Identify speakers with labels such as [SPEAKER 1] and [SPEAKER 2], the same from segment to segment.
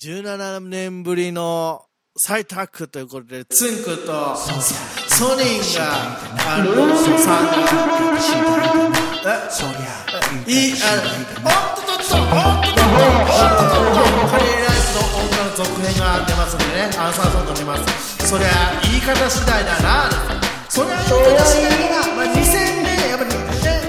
[SPEAKER 1] 17年ぶりの再タッグということで、ツンクとソニンが、あの、参加。えいい、あの、おっとっとっと、おっとっとっと、おっとっとっと、カリーライスの女の続編が出ますんでね、アンサーソング出ます。そりゃ、言い方次第だな、そりゃ、言い方次第だな、まあ、2000年、やっぱり、ね、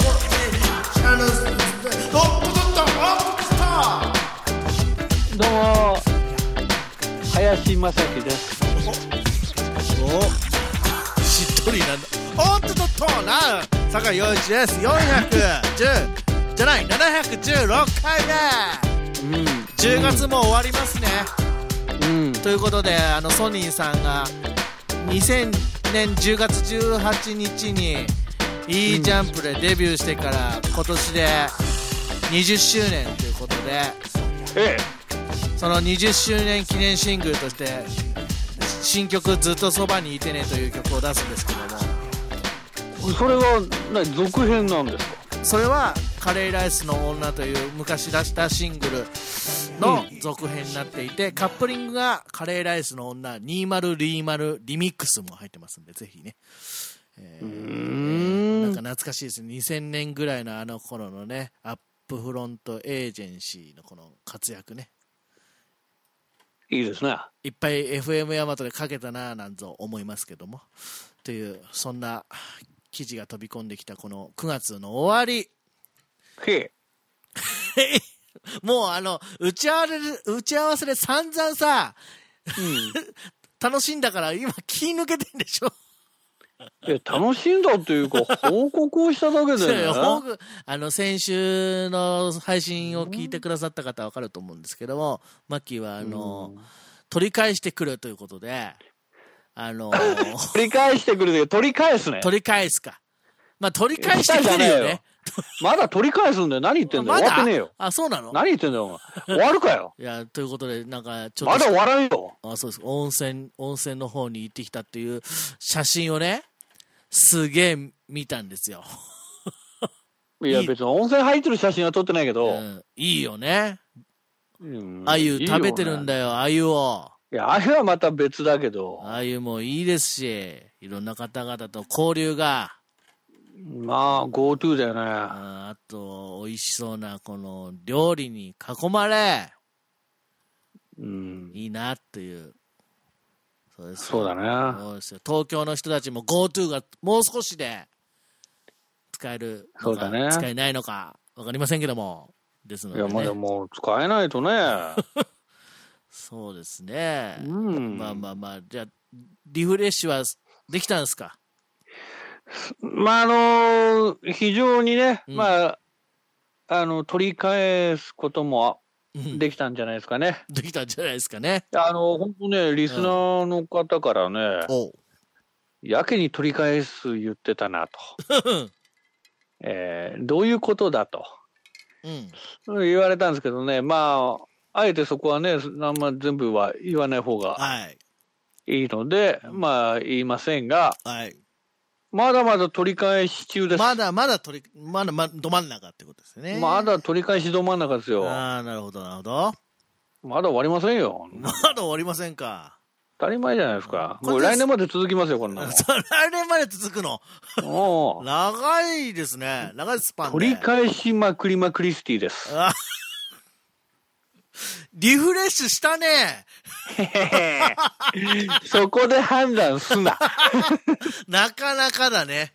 [SPEAKER 1] こうねあの、おっとっとっと、おっとっと、
[SPEAKER 2] どうも林正樹です
[SPEAKER 1] おしっとりなんだおっとっとっとな坂井陽一です410じゃない716回
[SPEAKER 2] う
[SPEAKER 1] 目
[SPEAKER 2] ん
[SPEAKER 1] 10月も終わりますね、
[SPEAKER 2] うん
[SPEAKER 1] ということであのソニーさんが2000年10月18日に「いいジャンプ」でデビューしてから今年で20周年ということで
[SPEAKER 2] え
[SPEAKER 1] その20周年記念シングルとして新曲「ずっとそばにいてね」という曲を出すんですけども
[SPEAKER 2] えそれが何続編なんですか
[SPEAKER 1] それはカレーライスの女という昔出したシングルの続編になっていてカップリングがカレーライスの女2020リミックスも入ってますんでぜひね、えーなんか懐かしいですね2000年ぐらいのあの頃のねアップフロントエージェンシーのこの活躍ね
[SPEAKER 2] いいですね
[SPEAKER 1] いっぱい FM ヤマトでかけたなぁなんぞ思いますけどもというそんな記事が飛び込んできたこの9月の終わり
[SPEAKER 2] へえ
[SPEAKER 1] もうあの、打ち合わせで、打ち合わせで散々さ、 楽しんだから今気抜けてんでしょ、
[SPEAKER 2] うん、え楽しんだっていうか報告をしただ け
[SPEAKER 1] そう
[SPEAKER 2] で
[SPEAKER 1] よ
[SPEAKER 2] ね
[SPEAKER 1] ほぐあの、先週の配信を聞いてくださった方はわかると思うんですけども、マッキーはあの、取り返してくるということで、あ の、
[SPEAKER 2] 取り返してくるで取り返すね
[SPEAKER 1] 取り返すか。まあ、取り返してくる
[SPEAKER 2] い
[SPEAKER 1] よ
[SPEAKER 2] や来たじゃね
[SPEAKER 1] ね。
[SPEAKER 2] まだ取り返すんだよ何言ってんだ
[SPEAKER 1] ま
[SPEAKER 2] よ、終わって
[SPEAKER 1] だ
[SPEAKER 2] ねえよ
[SPEAKER 1] あ、そうなの
[SPEAKER 2] 何言ってんだよお前終わるかよ
[SPEAKER 1] いや、ということで、なんか、ちょっと。
[SPEAKER 2] まだ終わらんよ
[SPEAKER 1] あそうです温泉温泉の方に行ってきたっていう写真をねすげえ見たんですよ、
[SPEAKER 2] いや
[SPEAKER 1] いい
[SPEAKER 2] 別に温泉入ってる写真は撮ってないけ
[SPEAKER 1] う
[SPEAKER 2] ど、
[SPEAKER 1] ん、いいよね
[SPEAKER 2] うん
[SPEAKER 1] あゆ食べてるんだ
[SPEAKER 2] よ
[SPEAKER 1] よあゆを
[SPEAKER 2] いやあゆはまた別だけど
[SPEAKER 1] あゆもいいですしいろんな方々と交流が、
[SPEAKER 2] まあ GoTo だよね
[SPEAKER 1] ああと美味しそうなこの料理に囲まれ
[SPEAKER 2] うん
[SPEAKER 1] いいなっていうそうです
[SPEAKER 2] そうだね。
[SPEAKER 1] そうですよ東京の人たちも GoTo がもう少しで使えるのか
[SPEAKER 2] そうだね
[SPEAKER 1] 使えないのか分かりませんけどもですの
[SPEAKER 2] い
[SPEAKER 1] で、
[SPEAKER 2] や、ま
[SPEAKER 1] ね
[SPEAKER 2] だもう使えな いとね。
[SPEAKER 1] そうですね、
[SPEAKER 2] うん
[SPEAKER 1] まあまあまあじゃあリフレッシュはできたんですか
[SPEAKER 2] まあ、あの非常にね、
[SPEAKER 1] うん
[SPEAKER 2] まあ、あの、取り返すことも
[SPEAKER 1] うん
[SPEAKER 2] できたんじゃないですかね。
[SPEAKER 1] できたんじゃないですかね
[SPEAKER 2] あの、本当ね、リスナーの方からね、
[SPEAKER 1] おう
[SPEAKER 2] やけに取り返す言ってたなと。えーどういうことだと
[SPEAKER 1] うん
[SPEAKER 2] 言われたんですけどね、まあ、あえてそこはね、あんま全部は言わない方が
[SPEAKER 1] はい
[SPEAKER 2] いいので、まあ、言いませんが、
[SPEAKER 1] はい
[SPEAKER 2] まだまだ取り返し中です。
[SPEAKER 1] まだまだ取りまだまど真ん中ってことですね
[SPEAKER 2] まだ取り返しど真ん中ですよ。
[SPEAKER 1] ああなるほどなるほど
[SPEAKER 2] まだ終わりませんよ。
[SPEAKER 1] まだ終わりませんか
[SPEAKER 2] 当たり前じゃないですか。
[SPEAKER 1] これ
[SPEAKER 2] もう来年まで続きますよ、こん な
[SPEAKER 1] 再来年まで続くの
[SPEAKER 2] の。も
[SPEAKER 1] 長いですね長いスパン
[SPEAKER 2] う、
[SPEAKER 1] で
[SPEAKER 2] 取り返しまくりまくりステ ィです。
[SPEAKER 1] あ リフレッシュしたね
[SPEAKER 2] そこで判断す な。
[SPEAKER 1] なかなかだね。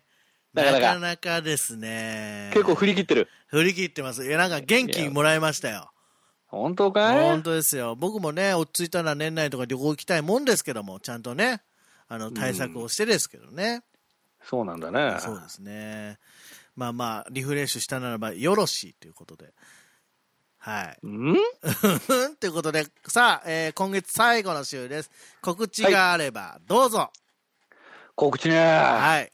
[SPEAKER 1] な
[SPEAKER 2] なか
[SPEAKER 1] か
[SPEAKER 2] なか
[SPEAKER 1] なかですね。
[SPEAKER 2] 結構振り切ってる。
[SPEAKER 1] 振り切ってます。いや、なんか元気もらいましたよ。
[SPEAKER 2] 本当かい
[SPEAKER 1] 本当ですよ。僕もね、落ち着いたら年内とか旅行行きたいもんですけども、ちゃんとね、あの、対策をしてですけどね。
[SPEAKER 2] そうなんだね。
[SPEAKER 1] そうですね。まあまあ、リフレッシュしたならばよろしいということで。はい。
[SPEAKER 2] うん
[SPEAKER 1] うんということで、さあ、えー今月最後の週です。告知があれば、どうぞ。
[SPEAKER 2] 告知ね。
[SPEAKER 1] はい。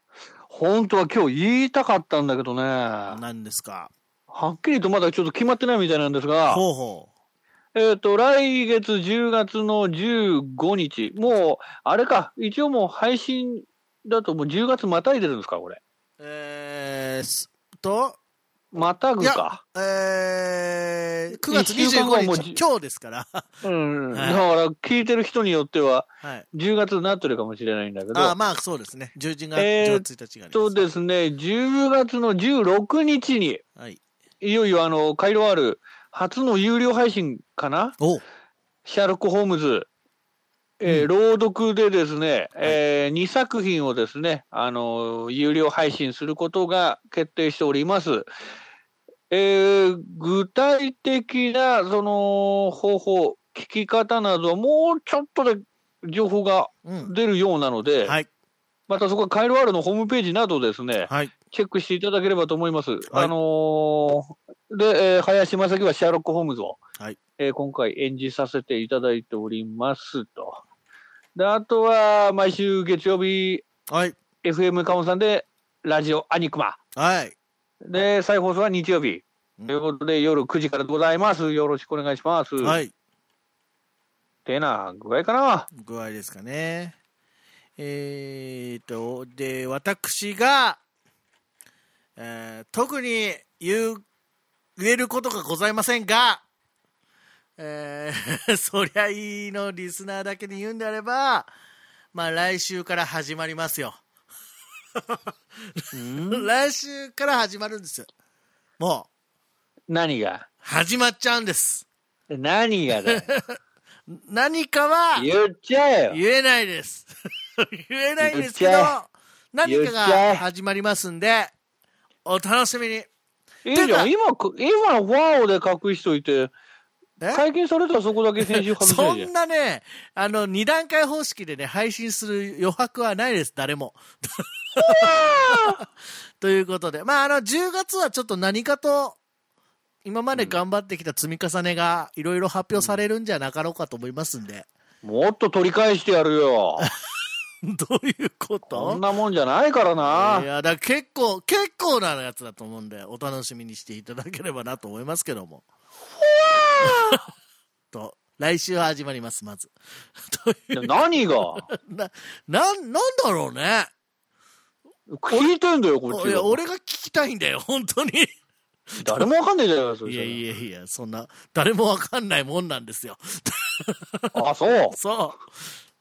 [SPEAKER 2] 本当は今日言いたかったんだけどね。は
[SPEAKER 1] 何ですか。
[SPEAKER 2] っきりとまだちょっと決まってないみたいなんですが、
[SPEAKER 1] ほうほ
[SPEAKER 2] えっ、と、来月10月の15日、もう、あれか、一応もう配信だともう10月またいでるんですか、これ。
[SPEAKER 1] う。えー、すと、
[SPEAKER 2] またぐ
[SPEAKER 1] いや
[SPEAKER 2] か。
[SPEAKER 1] えー、9月
[SPEAKER 2] 一週間後は
[SPEAKER 1] 25
[SPEAKER 2] もう
[SPEAKER 1] 日、今日ですから。
[SPEAKER 2] うん。だ
[SPEAKER 1] はい
[SPEAKER 2] から、聞いてる人によっては、
[SPEAKER 1] はい。
[SPEAKER 2] 10月になってるかもしれないんだけど、
[SPEAKER 1] あーまあそうですね。11月
[SPEAKER 2] えー
[SPEAKER 1] 1日がありま
[SPEAKER 2] そう
[SPEAKER 1] す。
[SPEAKER 2] ですね、10月の16日に、
[SPEAKER 1] はい。
[SPEAKER 2] いよいよあの、カイロワール、初の有料配信かな
[SPEAKER 1] おう
[SPEAKER 2] シャーロック・ホームズ、えー朗読でですね、え2作品をですね、あのー有料配信することが決定しております。えー具体的なその方法、聞き方など、もうちょっとで情報が
[SPEAKER 1] うん。
[SPEAKER 2] 出るようなので、
[SPEAKER 1] はい。
[SPEAKER 2] またそこはカイロワールのホームページなどですね、
[SPEAKER 1] はい。
[SPEAKER 2] チェックしていただければと思います。あのーで、えー林正樹はシャーロック・ホームズを、
[SPEAKER 1] はい
[SPEAKER 2] えー今回演じさせていただいておりますと。で、あとは、毎週月曜日、
[SPEAKER 1] はい。
[SPEAKER 2] FM カモさんで、ラジオアニクマ。
[SPEAKER 1] はい。
[SPEAKER 2] で、再放送は日曜日
[SPEAKER 1] う。ん
[SPEAKER 2] ということで、夜9時からでございます。よろしくお願いします。
[SPEAKER 1] はい。
[SPEAKER 2] てな具合かな。
[SPEAKER 1] 具合ですかね。えーと、で、私が、えー特に言う、言えることがございませんが、えー そりゃいいのリスナーだけに言うんであれば、まあ来週から始まりますよ。来週から始まるんです。も
[SPEAKER 2] 何
[SPEAKER 1] う、
[SPEAKER 2] が
[SPEAKER 1] 始まっちゃうんです。
[SPEAKER 2] 何がだよ
[SPEAKER 1] 何かは、
[SPEAKER 2] 言っちゃえよ。
[SPEAKER 1] 言えないです。 言えないんですけど
[SPEAKER 2] 言っちゃ、
[SPEAKER 1] 何か
[SPEAKER 2] 言っちゃえ
[SPEAKER 1] が始まりますんで、お楽しみに。
[SPEAKER 2] いいじゃん。今こ、今のファオで隠しといて、
[SPEAKER 1] え
[SPEAKER 2] 解禁されたらそこだけ先週外せ
[SPEAKER 1] そ
[SPEAKER 2] るじゃん
[SPEAKER 1] ん。なね、あの、二段階方式でね、配信する余白はないです、誰も。 ということで、まあ、あの、10月はちょっと何かと、今まで頑張ってきた積み重ねが、いろいろ発表されるんじゃなかろうかと思いますんで。
[SPEAKER 2] もっと取り返してやるよ。
[SPEAKER 1] どういうこ
[SPEAKER 2] そん
[SPEAKER 1] と
[SPEAKER 2] なもんじゃないから
[SPEAKER 1] い
[SPEAKER 2] な。
[SPEAKER 1] や、だから結構、結構なやつだと思うんで、お楽しみにしていただければなと思いますけども。 と、来週は始まります、まず。という、
[SPEAKER 2] 何が
[SPEAKER 1] な、なん、なんだろうね。
[SPEAKER 2] 聞いてんだよ、こっ
[SPEAKER 1] お
[SPEAKER 2] ち
[SPEAKER 1] いや、
[SPEAKER 2] が。
[SPEAKER 1] 俺が聞きたいんだよ、本当に。
[SPEAKER 2] 誰もわかんないじゃないですか
[SPEAKER 1] いやいやいや、そんな、誰もわかんないもんなんですよ。
[SPEAKER 2] そしたら。あ、そう。
[SPEAKER 1] そう。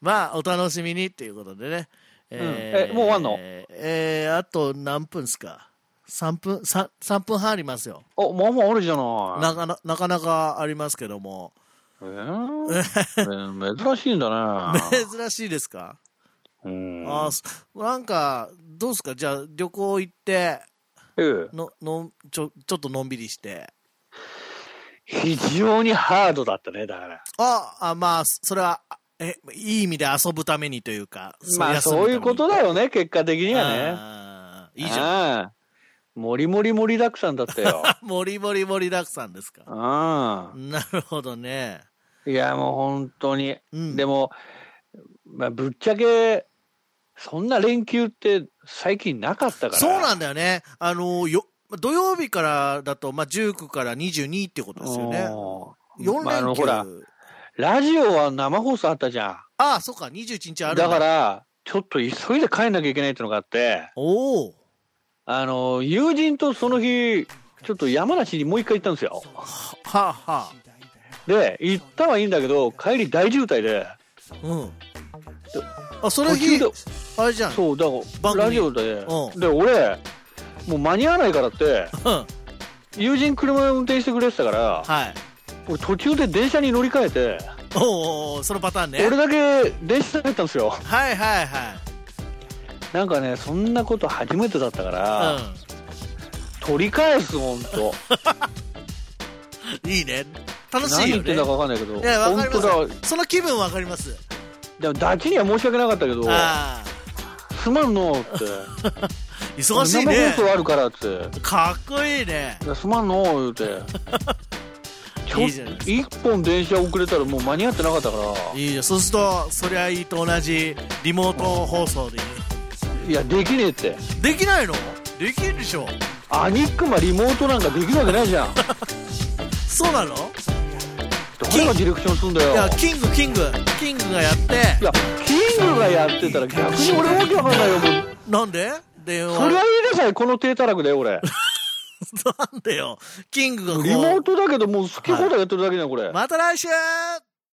[SPEAKER 1] まあ、お楽しみにっていうことでね。
[SPEAKER 2] えもう終わんの
[SPEAKER 1] えーあと何分ですか ?3 分、3, 3分半ありますよ。
[SPEAKER 2] お、まあまああるじゃない。
[SPEAKER 1] なかななかなかありますけども。
[SPEAKER 2] えー 珍しいんだね。
[SPEAKER 1] 珍しいですか、
[SPEAKER 2] うん
[SPEAKER 1] あーそなんか、どうですかじゃあ、旅行行って、
[SPEAKER 2] ええ
[SPEAKER 1] の、のん、ちょ、ちょっとのんびりして。
[SPEAKER 2] 非常にハードだったね、だから。
[SPEAKER 1] あ、あまあ、それは、あえ、いい意味で遊ぶためにというか。
[SPEAKER 2] まあそういうことだ
[SPEAKER 1] よ
[SPEAKER 2] よね、結果的にはね。
[SPEAKER 1] いいじゃん。
[SPEAKER 2] ゃん。もりもり盛りだくさんだっ たよ。
[SPEAKER 1] もりもり盛りだくさんですか。
[SPEAKER 2] う
[SPEAKER 1] なるほどね。
[SPEAKER 2] ん。いや、もう本当に。
[SPEAKER 1] うん。
[SPEAKER 2] でも、まあ、ぶっちゃけ、そんな連休って最近なかったから。
[SPEAKER 1] そうなんんだよね。あの、よ、土曜日からだと、まあ、19から22ってことですよね。4連休。
[SPEAKER 2] まあ、あの、ほら
[SPEAKER 1] あ、、
[SPEAKER 2] ラジオは生放送あったじゃん。
[SPEAKER 1] あ、そっか、21日あるん
[SPEAKER 2] だから、ちょっと急いで帰んなきゃいけないってのがあって、
[SPEAKER 1] おお。
[SPEAKER 2] あの、友人とその日、ちょっと山梨にもう一回行ったんですよ。
[SPEAKER 1] はあ、は
[SPEAKER 2] で、行ったはいいんだけど、帰り大渋滞で、
[SPEAKER 1] あ、うん。あ、その
[SPEAKER 2] 途中
[SPEAKER 1] 日
[SPEAKER 2] で、
[SPEAKER 1] あれじゃん。
[SPEAKER 2] そう、だか
[SPEAKER 1] 番組
[SPEAKER 2] ら、ラジオで、
[SPEAKER 1] うん
[SPEAKER 2] で、俺、もう間に合わないからって、
[SPEAKER 1] うん
[SPEAKER 2] 友人車を運転してくれてたから、
[SPEAKER 1] はい。
[SPEAKER 2] 俺途中で電車に乗り換えて、
[SPEAKER 1] おうおうおうそのパターンね。
[SPEAKER 2] 俺だけ電車だったんですよ。
[SPEAKER 1] はいはいはい。
[SPEAKER 2] なんかね、そんなこと初めてだったから、
[SPEAKER 1] う
[SPEAKER 2] 取り返す、ほんと。
[SPEAKER 1] ん。いいね。楽し
[SPEAKER 2] 何
[SPEAKER 1] い
[SPEAKER 2] 言
[SPEAKER 1] よ
[SPEAKER 2] って
[SPEAKER 1] ね
[SPEAKER 2] んだ。かわかんないけど、
[SPEAKER 1] いや、わか
[SPEAKER 2] 本
[SPEAKER 1] り
[SPEAKER 2] 当だ。
[SPEAKER 1] ます。その気分わかります。
[SPEAKER 2] でも、ダチには申し訳なかったけど、
[SPEAKER 1] ああ。
[SPEAKER 2] すまんのって。
[SPEAKER 1] 忙しい
[SPEAKER 2] 生
[SPEAKER 1] ね
[SPEAKER 2] 放。送あるからって。
[SPEAKER 1] かっこいいね。
[SPEAKER 2] いやすまんの言うて。 ちょ
[SPEAKER 1] いいじゃないですか
[SPEAKER 2] 一本電車遅れたらもう間に合ってなかったから。
[SPEAKER 1] いいよ。そうすると、そりゃいいと同じリモート放送でいい。
[SPEAKER 2] いや、できねえって。
[SPEAKER 1] できないのできるでしょ。
[SPEAKER 2] アニックマリモートなんかできるわけないじ ゃん。
[SPEAKER 1] そうなの
[SPEAKER 2] 誰がディレクションすんだよ。
[SPEAKER 1] いや、キング、キング。キングがやって
[SPEAKER 2] い、や、キングがやってたら逆に俺わけわかんないよ、もう。
[SPEAKER 1] なんで電
[SPEAKER 2] そりゃ
[SPEAKER 1] 話
[SPEAKER 2] い。いなさい、この低たらくで、俺。
[SPEAKER 1] なんでよ。キングがこう
[SPEAKER 2] リモートだけど、もう好き放題やってるだけじゃん、これ。
[SPEAKER 1] また来週